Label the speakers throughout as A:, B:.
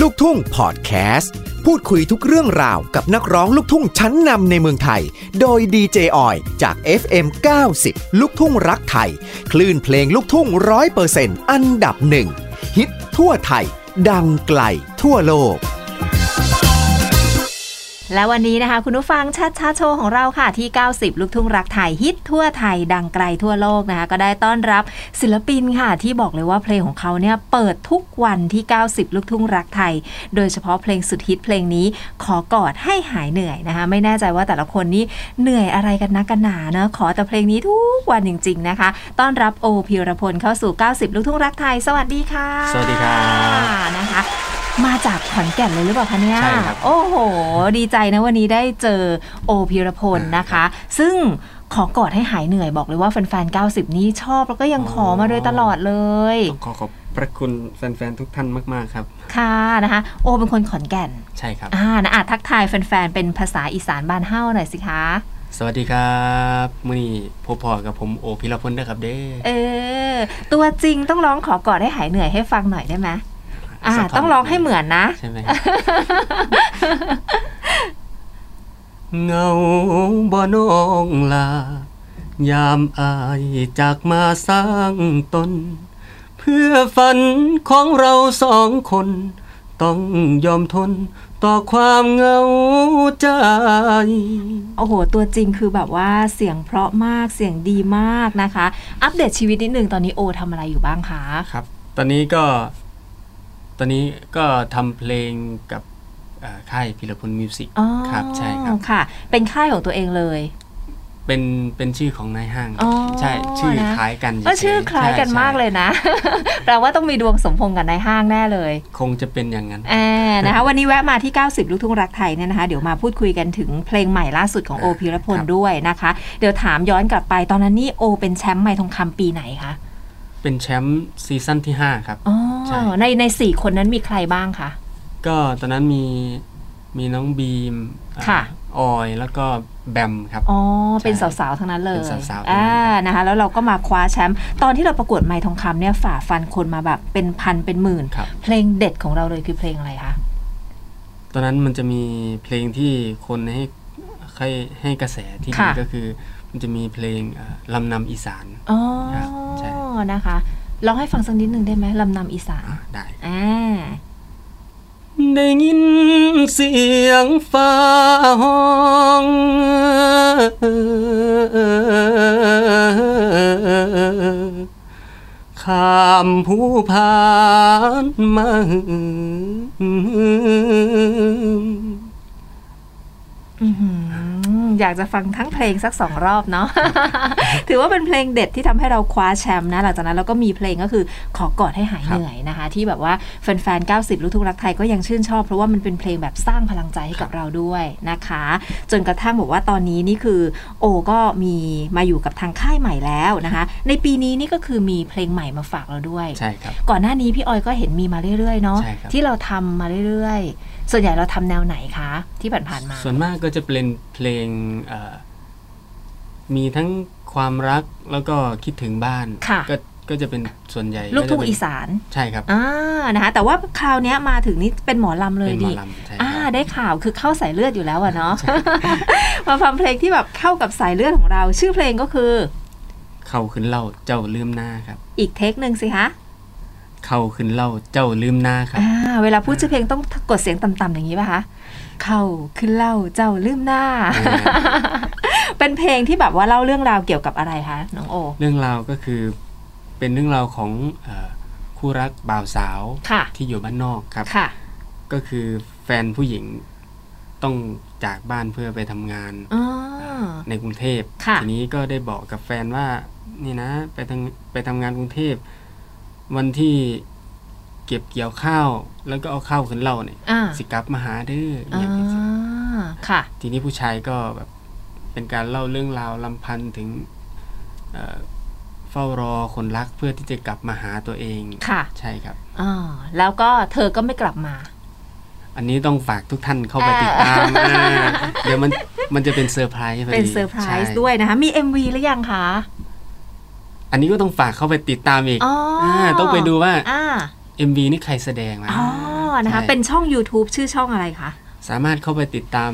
A: ลูกทุ่งพอดแคสต์ พูดคุยทุกเรื่องราวกับนักร้องลูกทุ่งชั้นนำในเมืองไทย โดยดีเจออยจาก FM 90 ลูกทุ่งรักไทย คลื่นเพลงลูกทุ่งร้อยเปอร์เซ็นต์อันดับหนึ่งฮิตทั่วไทย ดังไกลทั่วโลก
B: และวันนี้นะคะ คุณผู้ฟังชัดชาโชว์ของเราค่ะที่ 90 ลูกทุ่งรักไทยฮิตทั่วไทยดังไกลทั่วโลกนะคะ ก็ได้ต้อนรับศิลปินค่ะที่บอกเลยว่าเพลงของเขาเนี่ยเปิดทุกวันที่ 90 ลูกทุ่งรักไทย โดยเฉพาะเพลงสุดฮิตเพลงนี้ขอกอดให้หายเหนื่อยนะคะ ไม่แน่ใจว่าแต่ละคนนี้เหนื่อยอะไรกันนักกันหนาเนอะขอแต่เพลงนี้ทุกวันจริง ๆนะคะ ต้อนรับโอพิรพลเข้าสู่ 90 ลูกทุ่งรักไทย สวัสดีค่ะ
C: สวัสดีครับ
B: นะคะ มาจากขอนแก่นเลยหรือเปล่าคะเนี่ย
C: ใช่ครับ
B: โอ้โห ดีใจนะวันนี้ได้เจอโอพีรพลนะคะ ซึ่งขอกอดให้หายเหนื่อยบอกเลยว่าแฟนๆ 90 นี่ชอบแล้วก็ยังขอมาโดยตลอดเลย
C: ต้องขอขอบพระคุณแฟนๆ ทุกท่านมาก ๆ ครับ
B: ค่ะนะคะ โอเป็นคนขอนแก่น
C: ใช่ครับ
B: อ่านะอาจทักทายแฟนๆ เป็นภาษาอีสานบ้านเฮ้าหน่อยสิคะ
C: สวัสดีครับมื่อนี้พบพอกับผมโอพิรพลนะครับเด้
B: เออ ตัวจริงต้องร้องขอกอดให้หายเหนื่อยให้ฟังหน่อยได้ไหมอ่า
C: สักท่น
B: ต้องร้องให้เหมือนนะ
C: ใช่ไหม ครับ เงาบ่นองลา ยามอายจากมาสร้างตน เพื่อฝันของเราสองคน ต้องยอมทนต่อความเหงาใจ
B: โอ้โห ตัวจริงคือแบบว่าเสียงเพราะมาก เสียงดีมากนะคะ อัปเดตชีวิตนิดนึง ตอนนี้โอทำอะไรอยู่บ้างคะ
C: ครับ ตอนนี้ก็ ตอนนี้ก็ทำเพลงกับเอ่อค่ายพิรพลมิวสิก
B: อ๋อ
C: ครับ ใช่ครับ
B: ค่ะ เป็นค่ายของตัวเองเลย
C: เป็น เป็นชื่อของนายห้าง
B: อ๋อ
C: ใช่ ชื่อ
B: นะ
C: คล้ายกัน
B: ก็
C: เฉยๆ
B: ชื่อคล้ายกัน
C: ใช่
B: มากเลย
C: ใ
B: นะ แปลว่าต้องมีดวงสมพงษ์กันในห้างแน่เลย
C: ช่คงจะเป็นอย่างนั้น
B: แอานะคะ วันนี้แวะมาที่ 90 ลูกทุ่งรักไทยเนี่ยนะคะ เดี๋ยวมาพูดคุยกันถึงเพลงใหม่ล่าสุดของโอพีรพล
C: ครับ
B: ด้วยนะคะ เดี๋ยวถามย้อนกลับไปตอนนั้นนี่โอเป็นแชมป์ไมค์ทองคำปีไหนคะ
C: เป็นแชมป์ซีซั่นที่ 5 ครับ
B: อ๋อ
C: ใช่
B: ในในสี่คนนั้นมีใครบ้างคะ
C: ก็ตอนนั้นมี มีน้องบีมอ่า
B: ค่ะ
C: ออย แล้วก็แบมครับ
B: อ๋อ เป็น
C: ใช่
B: สาวๆ ทั้งนั้นเลย
C: เป็นสาวๆทั้งนั้น
B: อ่า นะคะ แล้วเราก็มาคว้าแชมป์ ตอนที่เราประกวดไมค์ทองคำเนี่ยฝ่าฟันคนมาแบบเป็นพันเป็นหมื่น
C: ครับ
B: เพลงเด็ดของเราเลยคือเพลงอะไรคะ
C: ตอนนั้นมันจะมีเพลงที่คนให้ให้ให้กระแสที่ดี
B: ค่ะ
C: ก็คือ มันจะมีเพลงอ่าลำนำอีสาน
B: อ๋อ
C: ครับใช่
B: นะคะร้องให้ฟังสักนิดหนึ่งได้ไหมลำนำอีสาน
C: อ่าได้
B: อ่า
C: ได้ยินเสียงฟ้าห้อง ข้ามผู้พานมา
B: อื้อหืออยากจะฟังทั้งเพลงสักสองรอบเนาะ ถือว่าเป็นเพลงเด็ดที่ทำให้เราคว้าแชมป์นะ หลังจากนั้นเราก็มีเพลงก็คือขอกอดให้หายเหนื่อยนะคะ ที่แบบว่าแฟนๆ 90 ลูกทุ่งรักไทยก็ยังชื่นชอบ เพราะว่ามันเป็นเพลงแบบสร้างพลังใจให้กับเราด้วยนะคะ จนกระทั่งบอกว่าตอนนี้นี่คือโอก็มีมาอยู่กับทางค่ายใหม่แล้วนะคะ ในปีนี้นี่ก็คือมีเพลงใหม่มาฝากเราด้วย
C: ใช่ครับ
B: ก่อนหน้านี้พี่ออยก็เห็นมีมาเรื่อยๆเนาะ
C: ใช่ครับ
B: ที่เราทำมาเรื่อยๆ ส่วนใหญ่เราทำแนวไหนคะ ที่ผ่านๆมา
C: ส่วนมากก็จะเป็นเพลงเอ่อมีทั้งความรักแล้วก็คิดถึงบ้าน
B: ค่ะ
C: ก็ก็จะเป็นส่วนใหญ่
B: ลูกทุ่ง
C: จะเป็น
B: อีสาน
C: ใช่ครับ
B: อ่านะคะแต่ว่าคราวเนี้ยมาถึงนี่เป็นหมอลำเลย
C: เป็นหมอ
B: ดิ
C: ลำใช่ค
B: อ่า
C: รับ
B: ได้ข่าวคือเข้าสายเลือดอยู่แล้วอะเนาะ มาฟังเพลงที่แบบเข้ากับสายเลือดของเรา ชื่อเพลงก็คือ
C: เข้าขึ้นเล่าเจ้าลืมหน้าครับ
B: อีกเทคหนึ่งสิคะ
C: เข้าขึ้นเล่าเจ้าลืมหน้าครับ
B: อ่าเวลาพูดชื่อเพลงต้องกดเสียงต่ำๆอย่างนี้ป่ะคะ เข้าขึ้นเล่าเจ้าลืม หน้า
C: อ่า
B: เป็นเพลงที่แบบว่าเล่าเรื่องราวเกี่ยวกับอะไรคะน้องโอ
C: เรื่องราวก็คือเป็นเรื่องราวของเออคู่รักบ่าวสาว
B: ค่ะ
C: ที่อยู่บ้านนอกครับ
B: ค่ะ
C: ก็คือแฟนผู้หญิงต้องจากบ้านเพื่อไปทำงาน
B: อ๋อ
C: ในกรุงเทพ
B: ค่ะ
C: ทีนี้ก็ได้บอกกับแฟนว่านี่นะไปทำไปทำงานกรุงเทพวันที่เก็บเกี่ยวข้าว แล้วก็เอาข้าวขึ้นเล่าเนี่ย
B: อ่า
C: สิกลับมาหาเด้ออ
B: อ่า
C: ย่างเงี้ย
B: ค่ะ
C: ทีนี้ผู้ชายก็แบบเป็นการเล่าเรื่องราวลำพันถึงเอ่อเฝ้ารอคนรักเพื่อที่จะกลับมาหาตัวเอง
B: ค่ะ
C: ใช่ครับ
B: อ่าแล้วก็เธอก็ไม่กลับมา
C: อันนี้ต้องฝากทุกท่านเข้าไปติด ตามอ่าเดี๋ยวมันมันจะเป็นเซอร์ไพรส์พดี
B: เป็นเซอร์ไพรส์
C: ใช่
B: ด้วยนะคะ มี MV หรือยังคะ
C: อันนี้ก็ต้องฝากเข้าไปติดตามอีก
B: อ๋ออา
C: ต้องไปดูว่า
B: อ่า
C: MV นี่ใครแสดงนะ
B: อ๋อ นะคะ
C: ใช่
B: เป็นช่อง YouTube ชื่อช่องอะไรคะ
C: สามารถเข้าไปติดตาม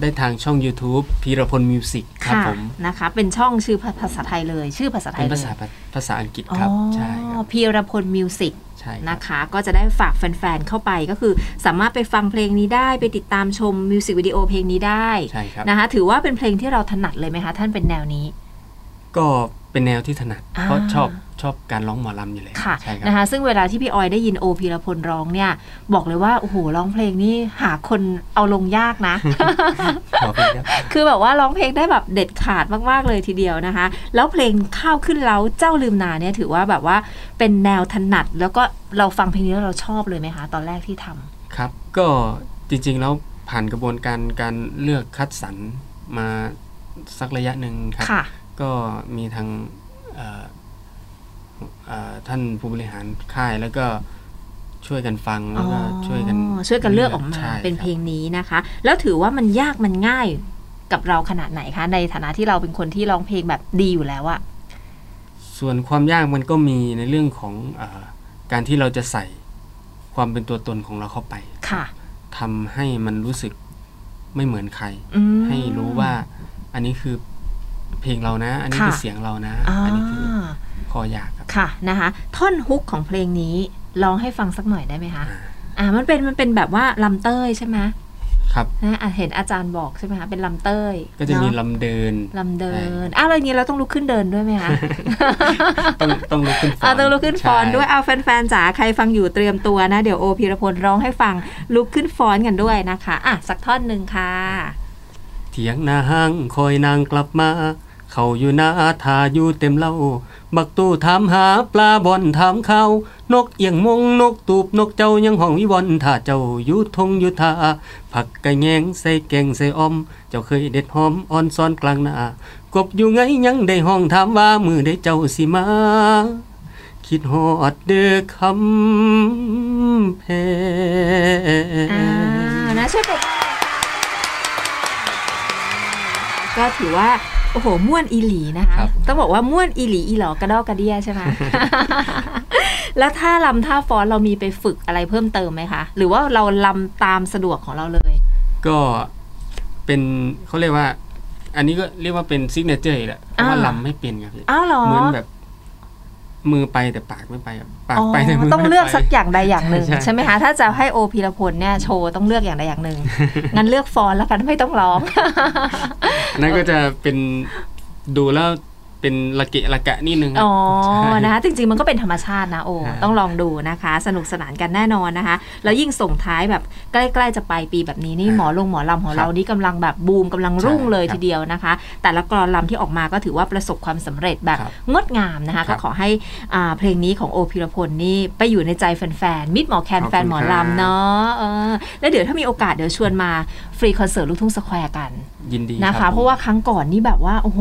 C: ได้ทางช่อง YouTube พีรพลมิวสิกครับ
B: ค่ะ
C: ผม
B: นะคะ เป็นช่องชื่อภาภาษาไทยเลย ชื่อภาษาไท
C: เป็
B: ย
C: น
B: เลย
C: ภาษาภาษาอังกฤษ
B: อ๋อ
C: ครับ ใช่ครับ
B: พีรพลมิวสิก
C: ใช่ครับ
B: นะคะก็จะได้ฝากแฟนๆ เข้าไปก็คือสามารถไปฟังเพลงนี้ได้ไปติดตามชมมิวสิกวิดีโอเพลงนี้ได้
C: ใช่ครับ
B: นะคะถือว่าเป็นเพลงที่เราถนัดเลยไหมคะ ท่านเป็นแนวนี้
C: ก็เป็นแนวที่ถนัด
B: อ่า
C: เพราะชอบชอบการร้องหมอลำอยู่แล้ว
B: ค่ะ
C: ใช่ค
B: นะ
C: รับ
B: คะซึ่งเวลาที่พี่ออยได้ยินโอพีรพลร้องเนี่ย บอกเลยว่า โอ้โหร้องเพลงนี่หาคนเอาลงยากนะ
C: ขอบคุณครับ
B: คือแบบว่าร้องเพลงได้แบบเด็ดขาดมาก ๆ เลยทีเดียวนะคะ แล้วเพลงข้าวขึ้นเล้าเจ้าลืมนาเนี่ยถือว่าแบบว่าเป็นแนวถนัด แล้วก็เราฟังเพลงนี้แล้วเราชอบเลยไหมคะ ตอนแรกที่ทำ
C: ครับ ก็จริงๆแล้วผ่านกระบวนการการเลือกคัดสรรมาสักระยะหนึ่งครับ ก็มีทางเอ่อเอ่อท่านผู้บริหารค่ายแล้วก็ช่วยกันฟังแล้วก็ช่วยกัน
B: อ๋อช่วยกันเลือกออกมา
C: ใช่
B: เป็น
C: ครับ
B: เพลงนี้นะคะ แล้วถือว่ามันยากมันง่ายกับเราขนาดไหนคะ ในฐานะที่เราเป็นคนที่ร้องเพลงแบบดีอยู่แล้วอะ
C: ส่วนความยากมันก็มีในเรื่องของอาการที่เราจะใส่ความเป็นตัวตนของเราเข้าไป
B: ค่ะ
C: ทำให้มันรู้สึกไม่เหมือนใคร
B: อืม
C: ให้รู้ว่าอันนี้คือเพลงเรานะ อันนี้
B: ค่ะ
C: คือเสียงเรานะ
B: อ่า
C: นี้คือคอยากครับ
B: ค่ะนะคะ ท่อนฮุกของเพลงนี้ร้องให้ฟังสักหน่อยได้ไหมคะ
C: อ่า
B: อ่ามันเป็นมันเป็นแบบว่าลำเต้ยใช่ไหม
C: ครับ
B: นะอ่ะเห็นอาจารย์บอกใช่ไหมคะเป็นลำเต้ย
C: ก็จะมี
B: เนอ
C: ลำเดิน
B: ลำเดิ
C: ใช่
B: นอ้าวแล้วอย่างนี้เราต้องลุกขึ้นเดินด้วยไหมคะ
C: ต้องต้องลุกขึ้นฟ้อน
B: เอาต้องลุกขึ้นฟ้อน
C: ใช่
B: ด้วยเอาแฟนๆจ๋าใครฟังอยู่เตรียมตัวนะ เดี๋ยวโอพีรพลร้องให้ฟังลุกขึ้นฟ้อนกันด้วยนะคะอ่ะสักท่อนหนึ่งค่ะ
C: เถียงนาห้างคอยนางกลับมา เขาอยู่นาทาอยู่เต็มเล่า บักตู้ถามหาปลาบอนถามเขานกเอียงมงนกตูบนกเจ้ายังห้องวิวรณ์ถ้าเจ้าอยู่ทงอยู่ทาผักกะแยงใส่แกงใส่ออม เจ้าเคยเด็ดหอมอ่อนซ้อนกลางนากบอยู่ไงยังได้ห้องถามว่ามือได้เจ้าสิมา คิดฮอดเด้อคำแพง
B: อ่านะช่วยปรบมือก็ถือว่า โอ้โห ม่วนอีหลีนะคะ
C: ครับ
B: ต้องบอกว่าม่วนอีหลีอีหลอกระดอกกระเดียใช่ไหม แล้วถ้าลำท่าฟ้อนเรามีไปฝึกอะไรเพิ่มเติมไหมคะ หรือว่าเราลำตามสะดวกของเราเลย
C: ก็เป็นเขาเรียกว่า อันนี้ก็เรียกว่าเป็นซิกเนเจอร์อีกแหละเพราะว่า
B: อ่า
C: ลำไม่เป็นครับพี่
B: อ้าวเหรอ
C: เหมือนแบบ มือไปแต่ปากไม่ไปอะปาก
B: อ๋อ
C: ไปแต่มือไม่ไป
B: ต้องเลือกสักอย่างใดอย่างหนึ่ง
C: ใช่ใช่
B: ใช่ไหมคะ ถ้าจะให้โอพีรพลเนี่ยโชว์ต้องเลือกอย่างใดอย่างห นึ่ง งั้นเลือกฟอนแล้วกันไม่ต้องร้อง
C: อันนั่นก็จะเป็นดูแล้วเป็นละเกะละกะนิดนึงครับ
B: อ๋อ
C: ใช่
B: นะคะจริงๆ มันก็เป็นธรรมชาตินะโอ
C: ฮะ
B: ต้องลองดูนะคะ สนุกสนานกันแน่นอนนะคะ แล้วยิ่งส่งท้ายแบบใกล้ๆ จะปลายปีแบบนี้นี่หมอลงหมอลำของเรานี่กำลังแบบบูมกำลังรุ่งเลยทีเดียวนะคะ แต่ละกรอนลำที่ออกมาก็ถือว่าประสบความสำเร็จแบบ
C: ครับ
B: งดงามนะคะ
C: ครั
B: ก็
C: บ
B: ขอให้อ่าเพลงนี้ของโอพิรพลนี่ไปอยู่ในใจแฟนๆ มิดหมอแคน
C: ขอบคุณ
B: แฟนหมอ
C: ครับ
B: ลำเนาะเออแล้วเดี๋ยวถ้ามีโอกาสเดี๋ยวชวนมาฟรีคอนเสิร์ตลูกทุ่งสแควร์กัน
C: ยินดี
B: นะ
C: ค
B: คะ
C: บ
B: เพราะว่าครั้งก่อนนี่แบบว่าโอ้โห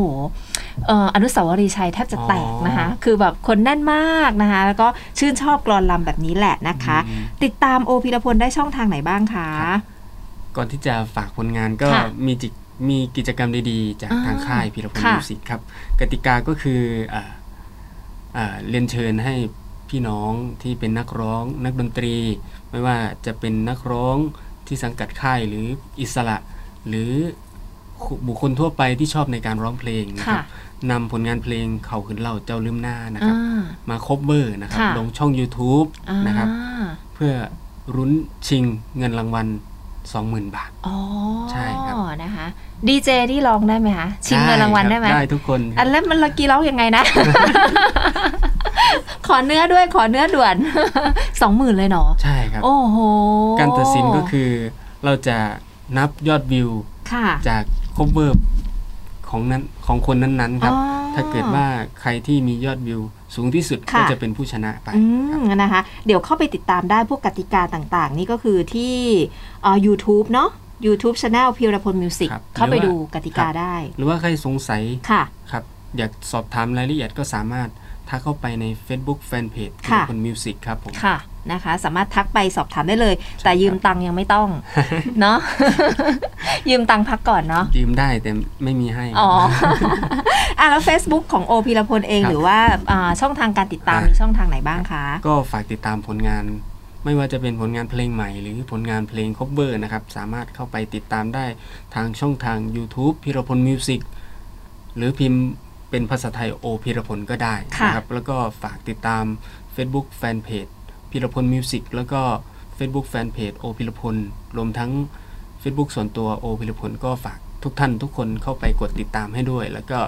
B: เอ่ออนุสาวรีย์ชัยแทบจะแตกนะคะ คือแบบคนแน่นมากนะคะ แล้วก็ชื่นชอบกรอนลำแบบนี้แหละนะคะ
C: อืม
B: ติดตามโอพีรพลได้ช่องทางไหนบ้างคะ
C: ครับ ก่อนที่จะฝากผลงานก็
B: ค่ะ
C: มีจิมีกิจกรรมดีๆ จาก
B: อ่า
C: ทางค่ายพิรพล
B: ค่ะ
C: มิวสิกครับ กติกาก็คืออ่าอ่าเรียนเชิญให้พี่น้องที่เป็นนักร้องนักดนตรี ไม่ว่าจะเป็นนักร้องที่สังกัดค่ายหรืออิสระ หรือบุคคลทั่วไปที่ชอบในการร้องเพลงนะครับนำผลงานเพลงเขาขึ้นเล่าเจ้าลืมหน้านะครับ
B: อ่า
C: มาคบเบอร์นะครับ
B: ค่ะ
C: ลงช่อง YouTube นะครับ
B: อ่า
C: เพื่อรุ้นชิงเงินรางวัล 20,000 บาท
B: อ๋อ
C: ใช่ครับ
B: นะคะดีเจที่ร้องได้ไหมคะชิงเงินรางวัลได้ไหม
C: คบได้ทุกคนค
B: อั
C: รับ
B: นแล้วมันละกี้ร้องยังไง นะ ขอเนื้อด้วยขอเนื้อด่วน สองหมื่นเลยเนาะ
C: ใช่ครับ
B: โอ้โห
C: การตัดสินก็คือเราจะนับยอดวิว
B: ค่ะ
C: จากคบเวอร์ของนั้นของคนนั้นๆครับ
B: อ๋อ
C: ถ้าเกิดว่าใครที่มียอดวิวสูงที่สุด
B: ค่ะ
C: ก็จะเป็นผู้ชนะไป
B: อื
C: ครับ
B: มนะคะ เดี๋ยวเข้าไปติดตามได้พวกกติกาต่างๆ นี่ก็คือที่เอ่อ YouTube เนาะ YouTube Channel พิรพลมิวสิก
C: ครับ
B: เข้าไป
C: หรือว่า
B: ดูกติกาได้
C: หรือว่าใครสงสัย
B: ค่ะ
C: ครับ อยากสอบถามรายละเอียดก็สามารถทักเข้าไปใน Facebook Fanpage
B: ค่ะ
C: คนมิวสิกครับผม
B: ค่ะนะคะ สามารถทักไปสอบถามได้เลย แต่ยืมตังค์ยังไม่ ต้อง เนาะ ยืมตังค์พักก่อนเนาะ
C: ยืมได้แต่ไม่มีให้
B: อ๋อ อ่ะแล้ว Facebook ของโอพิรพลเอง
C: ครับ
B: หรือว่าอ่าช่องทางการติดตาม
C: อ่ะ
B: มีช่องทางไหนบ้างคะ
C: ก็ฝากติดตามผลงาน ไม่ว่าจะเป็นผลงานเพลงใหม่หรือผลงานเพลงคบเบอร์นะครับ สามารถเข้าไปติดตามได้ทางช่องทาง YouTube พิรพลมิวสิกหรือพิมพ์เป็นภาษาไทยโอพิรพลก็ได้นะครับ แล้วก็ฝากติดตาม Facebook Fanpage พิรพลมิวสิกแล้วก็ Facebook Fanpage โอพิรพลรวมทั้ง Facebook ส่วนตัวโอพิรพลก็ฝากทุกท่านทุกคนเข้าไปกดติดตามให้ด้วย แล้วก็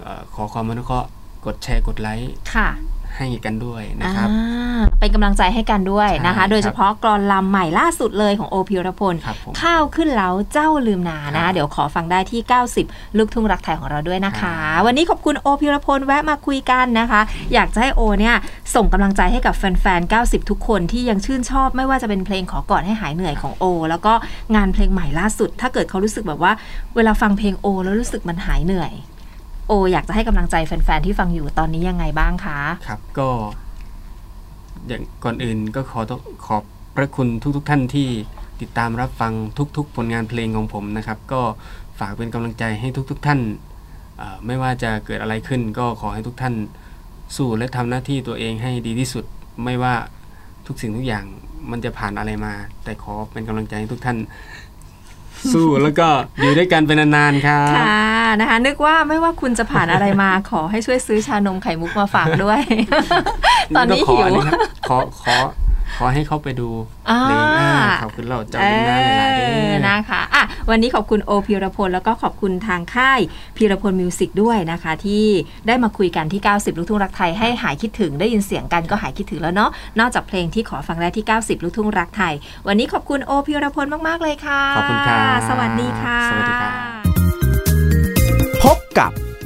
C: เอ่อขอความอนุเคราะห์กดแชร์กดไลค์
B: ค่ะ
C: ให้กันด้วยนะครับ
B: อ่าเป็นกำลังใจให้กันด้วยนะคะ
C: ใช่
B: โดย
C: ค
B: เฉ
C: รับ
B: พาะกรอนลำใหม่ล่าสุดเลยของโอพิรพล
C: ครับผม
B: ข้าวขึ้นแล้วเจ้าลืมนา
C: ครั
B: นะ
C: บ
B: เดี๋ยวขอฟังได้ที่ 90 ลูกทุ่งรักไทยของเราด้วยนะ
C: ครั
B: คะ
C: บ
B: วันนี้ขอบคุณโอพิรพลแวะมาคุยกันนะคะ อยากจะให้โอเนี่ยส่งกำลังใจให้กับแฟนๆ 90 ทุกคนที่ยังชื่นชอบไม่ว่าจะเป็นเพลงขอกอดให้หายเหนื่อยของโอ แล้วก็งานเพลงใหม่ล่าสุด ถ้าเกิดเขารู้สึกแบบว่า เวลาฟังเพลงโอ แล้วรู้สึกมันหายเหนื่อย โอ อยากจะให้กำลังใจแฟนๆ ที่ฟังอยู่ตอนนี้ยังไงบ้างคะ
C: ครับก็ อย่างก่อนอื่นก็ขอต้องขอบพระคุณทุกๆท่านที่ติดตามรับฟังทุกๆ ผลงานเพลงของผมนะครับ ก็ฝากเป็นกำลังใจให้ทุกๆท่านเอ่อไม่ว่าจะเกิดอะไรขึ้น ก็ขอให้ทุกท่านสู้และทำหน้าที่ตัวเองให้ดีที่สุด ไม่ว่าทุกสิ่งทุกอย่างมันจะผ่านอะไรมา แต่ขอเป็นกำลังใจให้ทุกท่าน สู้แล้วก็อยู่ด้วยกันเป็นนานๆครับ
B: ค่ะนะคะนึกว่าไม่ว่าคุณจะผ่านอะไรมา ขอให้ช่วยซื้อชานมไข่มุกมาฝากด้วย ตอนนี้
C: ก็ข
B: หิว
C: ะครับขอขอขอให้เข้าไปดู
B: อ่า
C: เพลงอ่าขอบคุณเราเจ้า
B: เอ
C: เป็นหน้าหลายๆเด้
B: อ
C: อ
B: นะคะอ่ะวันนี้ขอบคุณโอพีรพลแล้วก็ขอบคุณทางค่ายพีรพลมิวสิกด้วยนะคะ ที่ได้มาคุยกันที่ 90 ลูกทุ่งรักไทยให้หายคิดถึงได้ยินเสียงกันก็หายคิดถึงแล้วเนาะนอกจากเพลงที่ขอฟังได้ที่ 90 ลูกทุ่งรักไทย วันนี้ขอบคุณโอพีรพลมากๆเลยค่ะ
C: ขอบคุณครับ
B: สวัสดีค่ะ
C: สวัสดีครับ
A: พบกับ